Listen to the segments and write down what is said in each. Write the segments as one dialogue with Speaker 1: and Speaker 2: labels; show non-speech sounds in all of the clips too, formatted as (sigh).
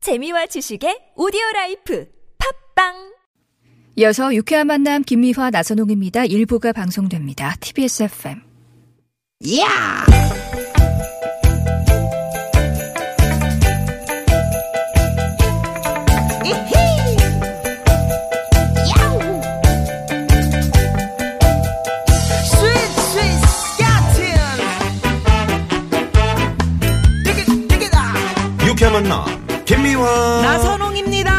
Speaker 1: 재미와 지식의 오디오 라이프 팝빵
Speaker 2: 이어서 유쾌한 만남 김미화 나선홍입니다. 일부가 방송됩니다. TBS FM.
Speaker 3: 야! 이히! 야우! 스윗 스윗 스캇틴! 디귿 디귿아!
Speaker 4: 유쾌한 만남 김미화
Speaker 3: 나선홍입니다.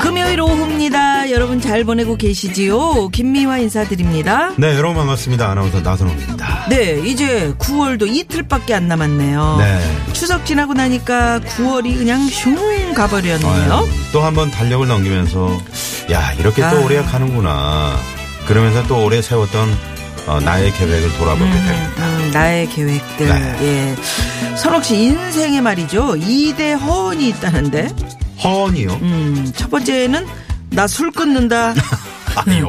Speaker 5: 금요일 오후입니다. 여러분 잘 보내고 계시지요? 김미화 인사드립니다.
Speaker 4: 네 여러분 반갑습니다 아나운서 나선홍입니다
Speaker 5: 네, 이제 9월도 이틀밖에 안 남았네요.
Speaker 4: 네.
Speaker 5: 추석 지나고 나니까 9월이 그냥 슝 가버렸네요.
Speaker 4: 또 한 번 달력을 넘기면서 야 이렇게 또
Speaker 5: 아.
Speaker 4: 오래 가는구나 그러면서 또 오래 세웠던 어, 나의 계획을 돌아보게 됩니다
Speaker 5: 음, 나의 계획들.
Speaker 4: 네.
Speaker 5: 예. 선옥 씨 인생에 말이죠. 2대 허언이 있다는데.
Speaker 4: 허언이요
Speaker 5: 음, 첫 번째는 나 술 끊는다. (laughs)
Speaker 4: 아니요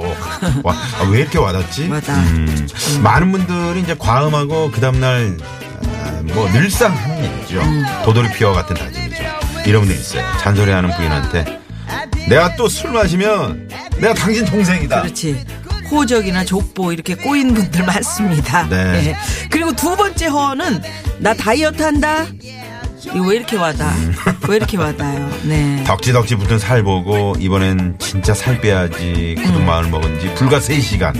Speaker 4: 와, 아, 왜 이렇게 와닿지
Speaker 5: 와닿아.
Speaker 4: 음, 많은 분들이 이제 과음하고 그 다음날 아, 뭐 늘상 하는 일이죠
Speaker 5: 음.
Speaker 4: 도돌이피와 같은 다짐이죠 이런 분들 있어요 잔소리하는 부인한테 내가 또 술 마시면 내가 당신 동생이다
Speaker 5: 그렇지. 호적이나 족보 이렇게 꼬인 분들 (laughs) 많습니다.
Speaker 4: 네.
Speaker 5: 예. 그리고 두 번째 허언은 나 다이어트 한다. 이거 왜 이렇게 와닿아?
Speaker 4: 음.
Speaker 5: 왜 이렇게 와닿아요? 네.
Speaker 4: 덕지덕지 붙은 살 보고 이번엔 진짜 살 빼야지
Speaker 5: 음.
Speaker 4: 구동마을 먹은 지 불과 3시간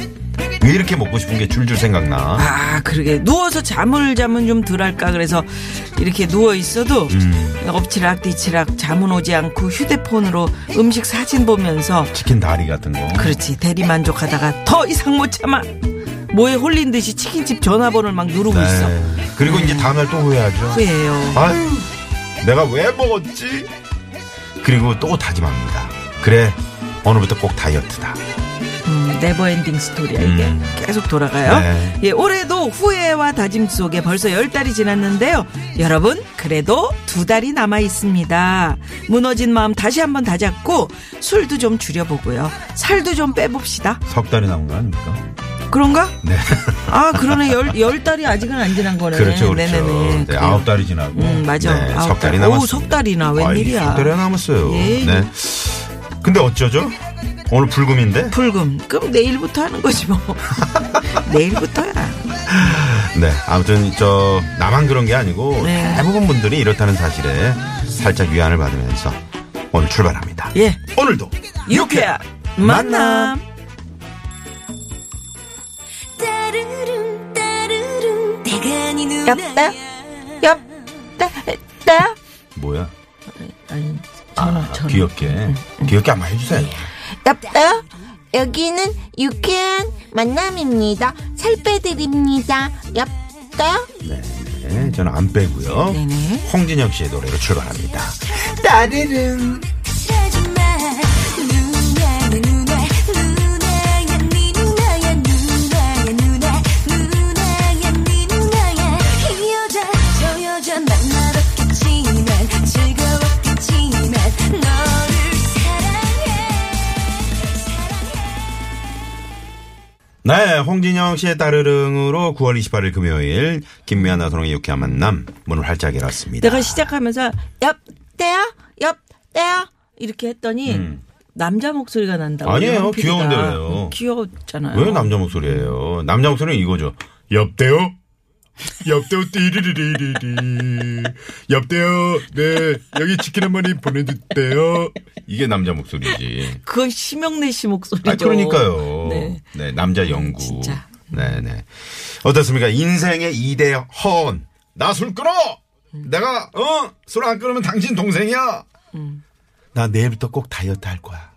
Speaker 4: 왜 이렇게 먹고 싶은 게 줄줄 생각나
Speaker 5: 아, 그러게. 누워서 잠을 자면 좀 덜 할까. 그래서 이렇게 누워 있어도
Speaker 4: 음.
Speaker 5: 엎치락 뒤치락 잠은 오지 않고 휴대폰으로 음식 사진 보면서
Speaker 4: 치킨 다리 같은 거
Speaker 5: 그렇지. 대리 만족하다가 더 이상 못 참아. 뭐에 홀린 듯이 치킨집 전화번호를 막 누르고 있어.
Speaker 4: 네. 그리고 이제 다음날 또 후회하죠
Speaker 5: 후회해요.
Speaker 4: 아유 내가 왜 먹었지 그리고 또 다짐합니다 그래 오늘부터 꼭 다이어트다
Speaker 5: 음, 네버엔딩 스토리야 이게
Speaker 4: 음.
Speaker 5: 계속 돌아가요.
Speaker 4: 네.
Speaker 5: 예, 올해도 후회와 다짐 속에 벌써 열 달이 지났는데요. 여러분 그래도 두 달이 남아 있습니다. 무너진 마음 다시 한번 다잡고 술도 좀 줄여보고요. 살도 좀 빼봅시다.
Speaker 4: 석 달이 남은 거 아닙니까
Speaker 5: 그런가?
Speaker 4: 네
Speaker 5: 아 그러네 열, 열 달이 아직은 안 지난 거네.
Speaker 4: 그렇죠 그렇죠
Speaker 5: 네네네.
Speaker 4: 네,
Speaker 5: 그래요.
Speaker 4: 아홉 달이 지나고
Speaker 5: 음, 맞아.
Speaker 4: 네,
Speaker 5: 아홉
Speaker 4: 석
Speaker 5: 달.
Speaker 4: 달이
Speaker 5: 어우,
Speaker 4: 남았어요
Speaker 5: 석 달이나 웬일이야.
Speaker 4: 석 달이나 남았어요
Speaker 5: 예.
Speaker 4: 네 근데 어쩌죠 오늘 불금인데
Speaker 5: 불금. 그럼 내일부터 하는 거지
Speaker 4: (laughs)
Speaker 5: 뭐. 내일부터야.
Speaker 4: 네, 아무튼 저 나만 그런 게 아니고
Speaker 5: 네.
Speaker 4: 대부분 분들이 이렇다는 사실에 살짝 위안을 받으면서 오늘 출발합니다.
Speaker 5: 예.
Speaker 4: 오늘도
Speaker 5: 유쾌한 만남.
Speaker 4: 만남.
Speaker 5: 엽다 엽다 다
Speaker 4: 뭐야?
Speaker 5: 아니 어,
Speaker 4: 아, 귀엽게
Speaker 5: 음,
Speaker 4: 귀엽게 한번 해주세요.
Speaker 3: 엽다 여기는 유쾌한 만남입니다. 살 빼드립니다. 엽다
Speaker 4: 네, 네, 저는 안 빼고요.
Speaker 5: 네네.
Speaker 4: 홍진영 씨의 노래로 출발합니다.
Speaker 3: 따르릉
Speaker 4: 네, 홍진영 씨의 따르릉으로 9월 28일 금요일 김미아 나선홍의 유쾌한 만남 문을 활짝 열었습니다.
Speaker 5: 내가 시작하면서 엽대야 엽대야 이렇게 했더니 남자 목소리가 난다고
Speaker 4: 음. 아니에요.
Speaker 5: 형 PD가.
Speaker 4: 귀여운데 왜요?
Speaker 5: 음, 귀여웠잖아요
Speaker 4: 왜 남자 목소리예요? 남자 목소리는 이거죠. 옆대요. 옆대요 띠리리리리리. 옆대요. 네 여기 치킨 한 마리 보내주세요. 이게 남자 목소리지.
Speaker 5: 그건 심영래 씨 목소리죠
Speaker 4: 아 그러니까요.
Speaker 5: 네.
Speaker 4: 네, 남자 연구.
Speaker 5: 진짜.
Speaker 4: 네네. 어떻습니까? 인생의 이대 허언. 나 술 끊어.
Speaker 5: 음.
Speaker 4: 내가 어술 안 끊으면 당신 동생이야.
Speaker 5: 음.
Speaker 4: 나 내일부터 꼭 다이어트 할 거야.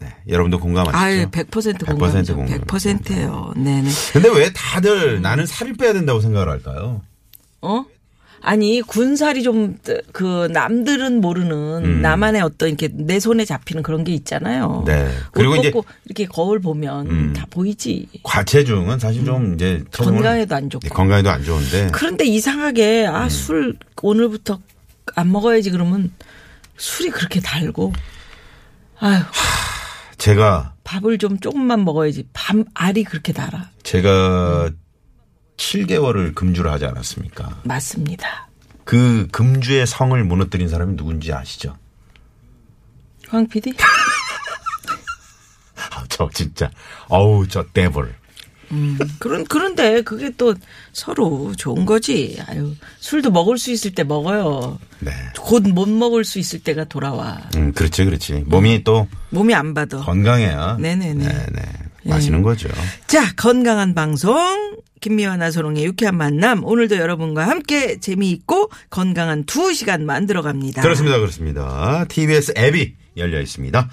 Speaker 4: 네 여러분도 공감하시죠?
Speaker 5: 아유 100%
Speaker 4: 100%
Speaker 5: 공감이죠
Speaker 4: 공감.
Speaker 5: 100%예요 네네
Speaker 4: 근데 왜 다들 나는 살을 빼야 된다고 생각을 할까요?
Speaker 5: 어? 아니 군살이 좀 그 남들은 모르는 나만의 어떤 이렇게 내 손에 잡히는 그런 게
Speaker 4: 음.
Speaker 5: 있잖아요.
Speaker 4: 네.
Speaker 5: 그리고
Speaker 4: 그리고
Speaker 5: 이제
Speaker 4: 이제- 음.
Speaker 5: 이렇게 거울 보면 다 보이지.
Speaker 4: 과체중은 사실 좀 이제 체중을-
Speaker 5: 건강에도 안
Speaker 4: 네,
Speaker 5: 좋고.
Speaker 4: 건강에도 안 좋은데
Speaker 5: 그런데 이상하게 아 술 오늘부터 안 먹어야지 그러면 술이 그렇게 달고 아유
Speaker 4: 제가
Speaker 5: 밥을 좀 조금만 먹어야지 밥 알이 그렇게 달아.
Speaker 4: 제가 7개월을 금주를 하지 않았습니까?
Speaker 5: 맞습니다.
Speaker 4: 그 금주의 성을 무너뜨린 사람이 누군지 아시죠?
Speaker 5: 황 PD?
Speaker 4: 아, 저 진짜 어우 저 데블
Speaker 5: 그런 그런데 그게 또 서로 좋은 거지. 아유 술도 먹을 수 있을 때 먹어요.
Speaker 4: 네.
Speaker 5: 곧 못 먹을 수 있을 때가 돌아와.
Speaker 4: 음, 그렇지 그렇지 몸이 또
Speaker 5: 몸이 안 받아.
Speaker 4: 건강해야
Speaker 5: 네네네. 예.
Speaker 4: 네네 마시는 거죠
Speaker 5: 자, 건강한 방송. 김미화 나선홍의 유쾌한 만남. 오늘도 여러분과 함께 재미있고 건강한 두 시간 만들어 갑니다.
Speaker 4: 그렇습니다 그렇습니다 TBS 앱이 열려 있습니다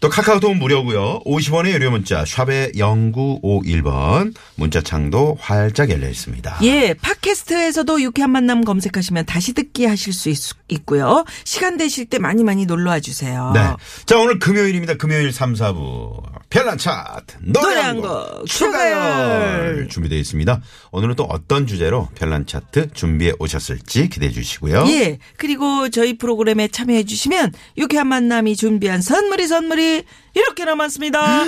Speaker 4: 또 카카오톡 무료고요 50원의 유료 문자 샵에 0951번 문자창도 활짝 열려 있습니다
Speaker 5: 예, 팟캐스트에서도 유쾌한 만남 검색하시면 다시 듣기 하실 수 있, 고요 시간 되실 때 많이 많이 놀러 와 주세요.
Speaker 4: 네. 자, 오늘 금요일입니다. 금요일 3, 4부. 별난 차트. 노래
Speaker 5: 노래 한
Speaker 4: 한
Speaker 5: 곡,
Speaker 4: 곡.
Speaker 5: 추가열.
Speaker 4: 추가열. 준비되어 있습니다. 오늘은 또 어떤 주제로 별난 차트 준비해 오셨을지 기대해 주시고요.
Speaker 5: 예, 그리고 저희 프로그램에 참여해 주시면 유쾌한 만남이 준비한 선물이 선물이 이렇게 남았습니다.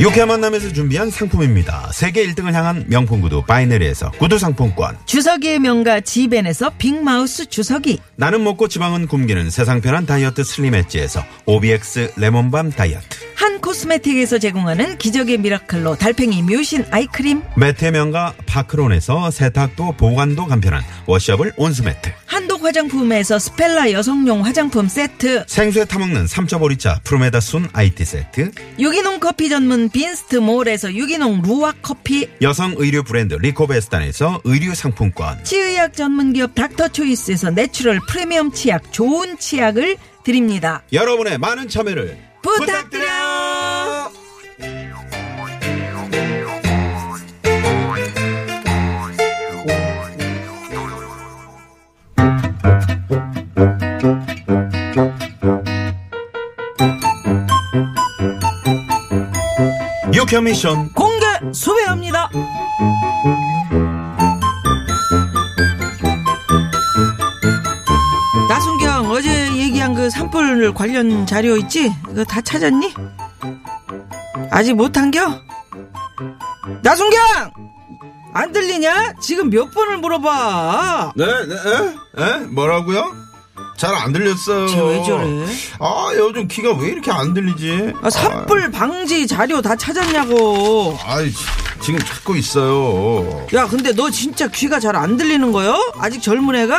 Speaker 4: 유쾌한 만남에서 준비한 상품입니다. 세계 1등을 향한 명품 구두 바이너리에서 구두 상품권.
Speaker 5: 주석이의 명가 지벤에서 빅마우스 주석이
Speaker 4: 나는 먹고 지방은 굶기는 세상 편한 다이어트 슬림 엣지에서 OBX 레몬밤 다이어트.
Speaker 5: 한 코스메틱에서 제공하는 기적의 미라클로 달팽이 뮤신 아이크림
Speaker 4: 매태명가 파크론에서 세탁도 보관도 간편한 워셔블 온수매트.
Speaker 5: 한독 화장품에서 스펠라 여성용 화장품 세트
Speaker 4: 생수에 타먹는 3.5리차 프로메다순 IT 세트.
Speaker 5: 유기농 커피 전문 빈스트몰에서 유기농 루아 커피
Speaker 4: 여성 의류 브랜드 리코베스탄에서 의류 상품권
Speaker 5: 치의학 전문 기업 닥터초이스에서 내추럴 프리미엄 치약 좋은 치약을 드립니다
Speaker 4: 여러분의 많은 참여를
Speaker 5: 부탁드려요.
Speaker 4: 유쾌 미션
Speaker 5: 공개 수배합니다 나순경 어제 얘기한 그 산불 관련 자료 있지? 이거 다 찾았니? 아직 못한겨? 나순경! 안 들리냐? 지금 몇 번을 물어봐
Speaker 4: 네, 네, 에? 에? 뭐라고요? 잘 안 들렸어요
Speaker 5: 쟤왜 저래?
Speaker 4: 아 요즘 귀가 왜 이렇게 안 들리지?
Speaker 5: 아, 산불 방지 자료 다 찾았냐고
Speaker 4: 아, 아이, 지- 지금 찾고 있어요
Speaker 5: 야 근데 너 진짜 귀가 잘 안 들리는 거요? 아직 젊은 애가?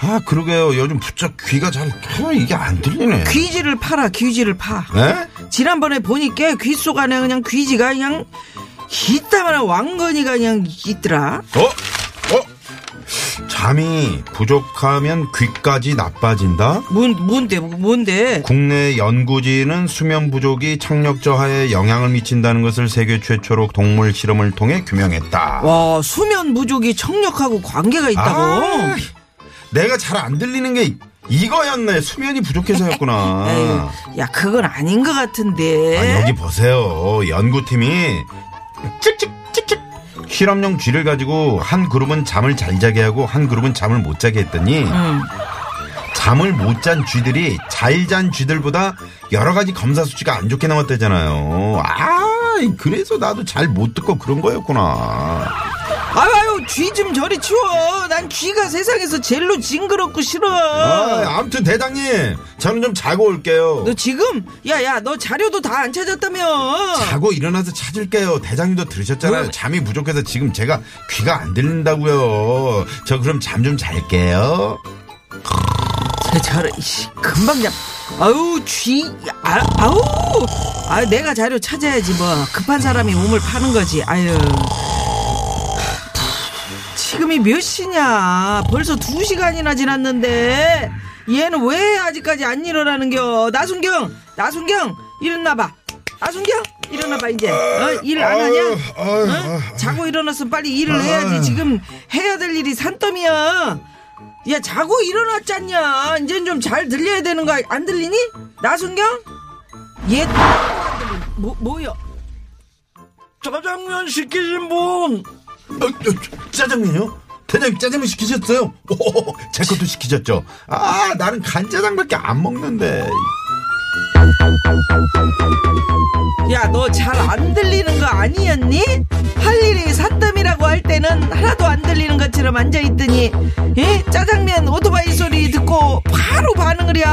Speaker 4: 아 그러게요 요즘 부쩍 귀가 잘 아, 이게 안 들리네 네?
Speaker 5: 귀지를 파라 귀지를 파
Speaker 4: 에?
Speaker 5: 지난번에 보니까 귀 속 안에 그냥 귀지가 그냥 이따만한 왕건이가 그냥 있더라.
Speaker 4: 어? 어? 잠이 부족하면 귀까지 나빠진다?
Speaker 5: 뭔 뭔데 뭔데?
Speaker 4: 국내 연구진은 수면 부족이 청력 저하에 영향을 미친다는 것을 세계 최초로 동물 실험을 통해 규명했다.
Speaker 5: 와 수면 부족이 청력하고 관계가
Speaker 4: 아,
Speaker 5: 있다고.
Speaker 4: 내가 잘 안 들리는 게 이거였네. 수면이 부족해서였구나.
Speaker 5: (laughs) 에휴, 야 그건 아닌 것 같은데.
Speaker 4: 아, 여기 보세요. 연구팀이 찍찍찍찍 실험용 쥐를 가지고 한 그룹은 잠을 잘 자게 하고 한 그룹은 잠을 못 자게 했더니
Speaker 5: 응.
Speaker 4: 잠을 못 잔 쥐들이 잘 잔 쥐들보다 여러 가지 검사 수치가 안 좋게 나왔다잖아요. 아, 그래서 나도 잘 못 듣고 그런 거였구나.
Speaker 5: 아유 아유 귀 좀 저리 치워. 난 귀가 세상에서 제일로 징그럽고 싫어.
Speaker 4: 아, 아무튼 대장님, 저는 좀 자고 올게요.
Speaker 5: 너 지금 야야 너 자료도 다 안 찾았다며.
Speaker 4: 자고 일어나서 찾을게요. 대장님도 들으셨잖아요.
Speaker 5: 왜?
Speaker 4: 잠이 부족해서 지금 제가 귀가 안 들린다고요. 저 그럼 잠 좀 잘게요.
Speaker 5: 저, 저런, 이씨, 금방 잡. 아우, 쥐, 아, 아우! 아, 내가 자료 찾아야지, 뭐. 급한 사람이 몸을 파는 거지, 아유. 지금이 몇 시냐? 벌써 두 시간이나 지났는데. 얘는 왜 아직까지 안 일어나는 겨? 나순경! 나순경! 일어나봐! 나순경! 일어나봐, 이제. 어, 일 안 하냐?
Speaker 4: 아,
Speaker 5: 어? 자고 일어났으면 빨리 일을 해야지. 지금 해야 될 일이 산더미야. 야, 자고 일어났잖냐. 이젠 좀 잘 들려야 되는 거, 아- 안 들리니? 나순경? 얘, 뭐, 뭐야? 짜장면 시키신 분!
Speaker 4: 어, 어, 짜장면요? 대장님 짜장면 시키셨어요? (laughs) 오, 제 것도 시키셨죠? 아, 나는 간짜장밖에 안 먹는데.
Speaker 5: 야, 너 잘 안 들리는 거 아니었니? 할 일이 산더미라고 할 때는 하나도 안 들리는 것처럼 앉아있더니, 예? 짜장면 오토바이 소리 듣고 바로 반응을 해.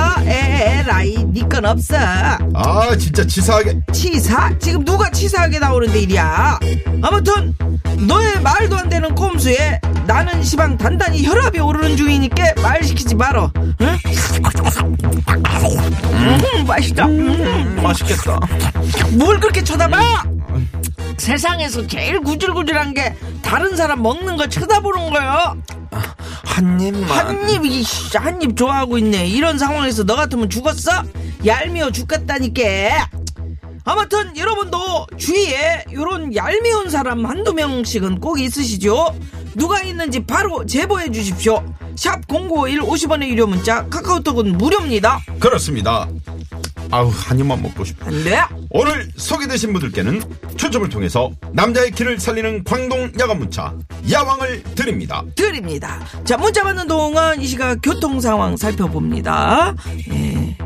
Speaker 5: 에라이, 니건 없어.
Speaker 4: 아 진짜 치사하게
Speaker 5: 치사? 지금 누가 치사하게 나오는데 일이야? 아무튼, 너의 말도 안 되는 꼼수에 나는 시방 단단히 혈압이 오르는 중이니까 말 시키지 말어. 응? 음, 맛있다. 음.
Speaker 4: 맛있겠다.
Speaker 5: 뭘 그렇게 쳐다봐? 세상에서 제일 구질구질한 게 다른 사람 먹는 거 쳐다보는 거요.
Speaker 4: 한 입만.
Speaker 5: 한입 이씨 한입 좋아하고 있네. 이런 상황에서 너 같으면 죽었어? 얄미워 죽겠다니까. 아무튼 여러분도 주위에 이런 얄미운 사람 한두 명씩은 꼭 있으시죠? 누가 있는지 바로 제보해 주십시오. 샵 0951 50원의 유료 문자 카카오톡은 무료입니다.
Speaker 4: 그렇습니다. 아우 한 입만 먹고 싶어.
Speaker 5: 안 돼?
Speaker 4: 오늘 소개되신 분들께는 추첨을 통해서 남자의 키를 살리는 광동 야간문차 야왕을 드립니다.
Speaker 5: 드립니다. 자, 문자 받는 동안 이 시각 교통 상황 살펴봅니다. 예.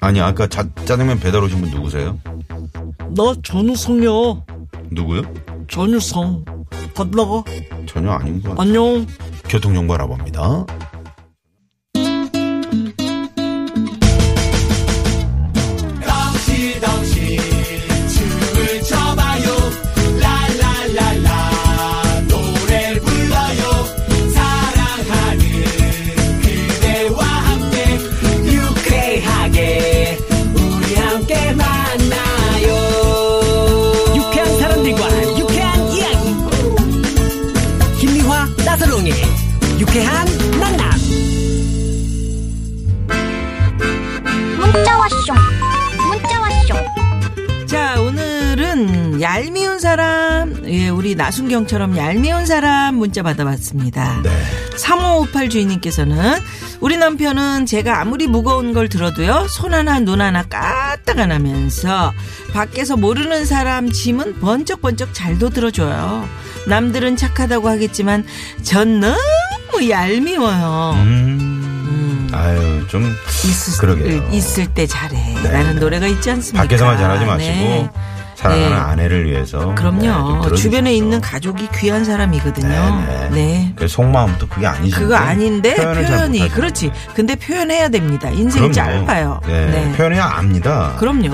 Speaker 4: 아니 아까 자, 짜장면 배달 오신 분 누구세요?
Speaker 5: 나 전우성이요.
Speaker 4: 누구요?
Speaker 5: 전우성. 밥 나가.
Speaker 4: 전혀 아닌 것 같아요.
Speaker 5: 안녕.
Speaker 4: 교통정보 알아봅니다.
Speaker 6: 유쾌하게 우리 함께 만나요 유쾌한 사람들과 유쾌한 이야기 김미화 나선롱의 유쾌한 만남
Speaker 7: 문자 왔쇼 문자 왔쇼
Speaker 5: 자, 오늘은 얄미운 사람. 예, 우리 나순경처럼 얄미운 사람 문자 받아봤습니다.
Speaker 4: 네.
Speaker 5: 3558 주인님께서는 우리 남편은 제가 아무리 무거운 걸 들어도요 손 하나 눈 하나 까딱 안 하면서 밖에서 모르는 사람 짐은 번쩍번쩍 잘도 들어줘요 남들은 착하다고 하겠지만 전 너무 얄미워요
Speaker 4: 음. 아유 좀
Speaker 5: 있을,
Speaker 4: 그러게요.
Speaker 5: 네, 있을 때 잘해
Speaker 4: 네,
Speaker 5: 라는
Speaker 4: 네.
Speaker 5: 노래가 있지 않습니까
Speaker 4: 밖에서만 잘하지 마시고
Speaker 5: 네.
Speaker 4: 사랑하는
Speaker 5: 네.
Speaker 4: 아내를 위해서 네, 좀
Speaker 5: 그럼요
Speaker 4: 들어주십시오.
Speaker 5: 주변에 있는 가족이 귀한 사람이거든요
Speaker 4: 네, 네.
Speaker 5: 네.
Speaker 4: 그 속마음도 그게 아니신데
Speaker 5: 그거 아닌데
Speaker 4: 표현을 잘
Speaker 5: 표현이
Speaker 4: 못하시는
Speaker 5: 그렇지.
Speaker 4: 거예요.
Speaker 5: 근데 표현해야 됩니다. 인생이
Speaker 4: 그럼요.
Speaker 5: 짧아요.
Speaker 4: 네, 표현해야 압니다.
Speaker 5: 그럼요.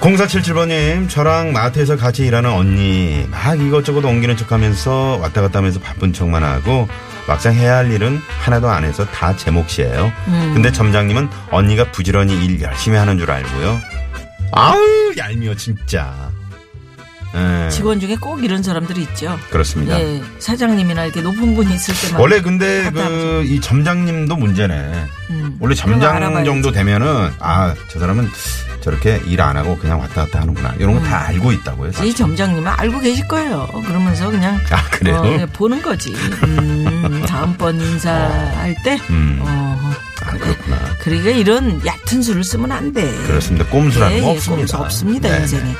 Speaker 4: 0477번님, 저랑 마트에서 같이 일하는 언니, 막 이것저것 옮기는 척 하면서 왔다 갔다 하면서 바쁜 척만 하고, 막상 해야 할 일은 하나도 안 해서 다 제 몫이에요.
Speaker 5: 음.
Speaker 4: 근데 점장님은 언니가 부지런히 일 열심히 하는 줄 알고요. 아우, 얄미워, 진짜. 예,
Speaker 5: 직원 중에 꼭 이런 사람들이 있죠.
Speaker 4: 그렇습니다.
Speaker 5: 예, 사장님이나 이렇게 높은 분이 있을 때만
Speaker 4: 네. 원래 근데
Speaker 5: 갔다
Speaker 4: 그 이 점장님도 문제네.
Speaker 5: 음,
Speaker 4: 원래
Speaker 5: 그런 거
Speaker 4: 점장
Speaker 5: 알아봐야지.
Speaker 4: 정도 되면은 아 저 사람은 저렇게 일 안 하고 그냥 왔다 갔다 하는구나 이런 거 다 알고 있다고요.
Speaker 5: 음. 이 점장님은 알고 계실 거예요. 그러면서 그냥
Speaker 4: 아 그래요?
Speaker 5: 어, 그냥 보는 거지.
Speaker 4: (laughs)
Speaker 5: 음, 다음번 인사할 때
Speaker 4: 음.
Speaker 5: 어,
Speaker 4: 아 그렇구나.
Speaker 5: 그러니까 이런 얕은 수를 쓰면 안 돼.
Speaker 4: 그렇습니다. 꼼수라는
Speaker 5: 예,
Speaker 4: 거
Speaker 5: 예,
Speaker 4: 없습니다.
Speaker 5: 꼼수 없습니다,
Speaker 4: 네네.
Speaker 5: 인생에.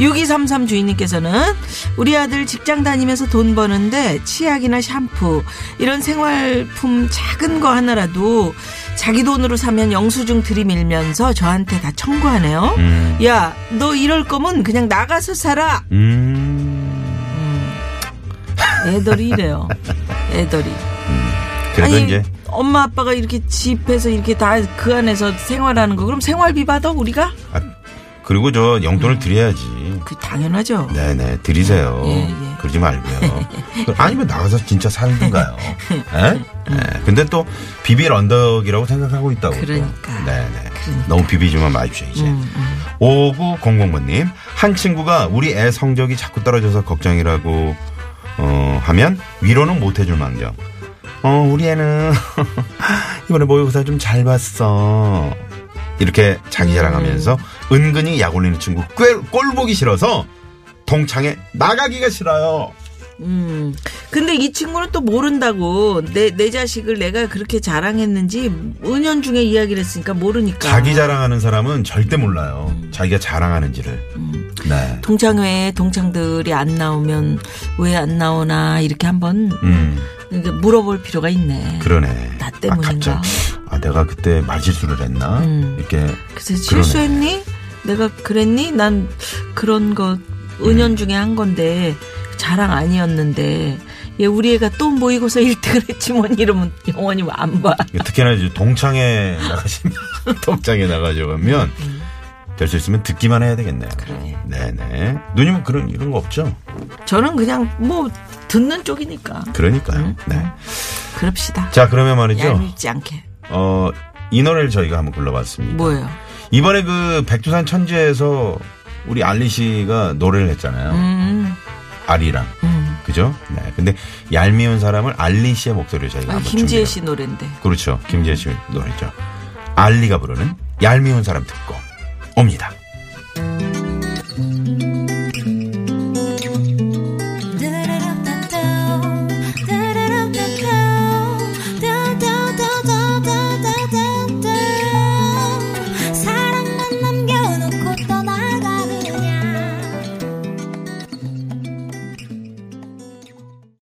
Speaker 5: 6233 주인님께서는 우리 아들 직장 다니면서 돈 버는데 치약이나 샴푸 이런 생활품 작은 거 하나라도 자기 돈으로 사면 영수증 들이밀면서 저한테 다 청구하네요.
Speaker 4: 음.
Speaker 5: 야, 너 이럴 거면 그냥 나가서 살아.
Speaker 4: 음.
Speaker 5: 애들이 이래요. 애들이.
Speaker 4: 그래도
Speaker 5: 아니,
Speaker 4: 이제
Speaker 5: 엄마 아빠가 이렇게 집에서 이렇게 다 그 안에서 생활하는 거 그럼 생활비 받아 우리가?
Speaker 4: 아, 그리고 저 용돈을 드려야지.
Speaker 5: 그 당연하죠.
Speaker 4: 네네 드리세요.
Speaker 5: 음. 예, 예.
Speaker 4: 그러지
Speaker 5: (laughs)
Speaker 4: 말고요. 아니면 나가서 진짜 살든가요. 예? 예. 근데 또 비빌 언덕이라고 생각하고 있다고. 또.
Speaker 5: 그러니까.
Speaker 4: 네네. 너무 비비지만 마십시오 이제.
Speaker 5: 음, 음.
Speaker 4: 5900번님, 한 친구가 우리 애 성적이 자꾸 떨어져서 걱정이라고, 어, 하면 위로는 못 해줄 망정. 어, 우리 애는, (laughs) 이번에 모의고사 좀 잘 봤어. 이렇게 자기 자랑하면서
Speaker 5: 음.
Speaker 4: 은근히 약 올리는 친구 꼴, 꼴 보기 싫어서 동창에 나가기가 싫어요.
Speaker 5: 음. 근데 이 친구는 또 모른다고 내, 내 자식을 내가 그렇게 자랑했는지 은연중에 이야기를 했으니까 모르니까.
Speaker 4: 자기 자랑하는 사람은 절대 몰라요.
Speaker 5: 음.
Speaker 4: 자기가 자랑하는지를. 네.
Speaker 5: 동창회에 동창들이 안 나오면 왜 안 나오나 이렇게 한번
Speaker 4: 음.
Speaker 5: 이게 물어볼 필요가 있네.
Speaker 4: 그러네.
Speaker 5: 나 때문인가?
Speaker 4: 아, 갑자기, 아, 내가 그때 말실수를 했나?
Speaker 5: 음.
Speaker 4: 이렇게.
Speaker 5: 그래서
Speaker 4: 그러네.
Speaker 5: 실수했니? 내가 그랬니? 난 그런 거
Speaker 4: 음.
Speaker 5: 은연 중에 한 건데 자랑 아니었는데 얘 우리 애가 또 (laughs) 모의고사 1등을 했지 뭐 이러면 영원히 안 봐.
Speaker 4: 특히나 이제 동창회 나가시면, (laughs) 동창회 나가셔가면,
Speaker 5: 음.
Speaker 4: 될 수 있으면 듣기만 해야 되겠네요. 네네. 누님은 그런, 이런 거 없죠?
Speaker 5: 저는 그냥 뭐 듣는 쪽이니까
Speaker 4: 그러니까요.
Speaker 5: 음,
Speaker 4: 네.
Speaker 5: 그럽시다.
Speaker 4: 자, 그러면 말이죠.
Speaker 5: 얄밉지 않게.
Speaker 4: 어, 이 노래를 저희가 한번 불러봤습니다.
Speaker 5: 뭐예요?
Speaker 4: 이번에 그 백두산 천지에서 우리 알리 씨가 노래를 했잖아요.
Speaker 5: 음,
Speaker 4: 아리랑.
Speaker 5: 음.
Speaker 4: 그죠? 네. 근데 얄미운 사람을 알리 씨의 목소리를 저희가
Speaker 5: 아,
Speaker 4: 한번
Speaker 5: 김지혜
Speaker 4: 준비를-
Speaker 5: 씨 노래인데.
Speaker 4: 그렇죠. 김지혜 씨 노래죠. 알리가 부르는 얄미운 사람 듣고 옵니다.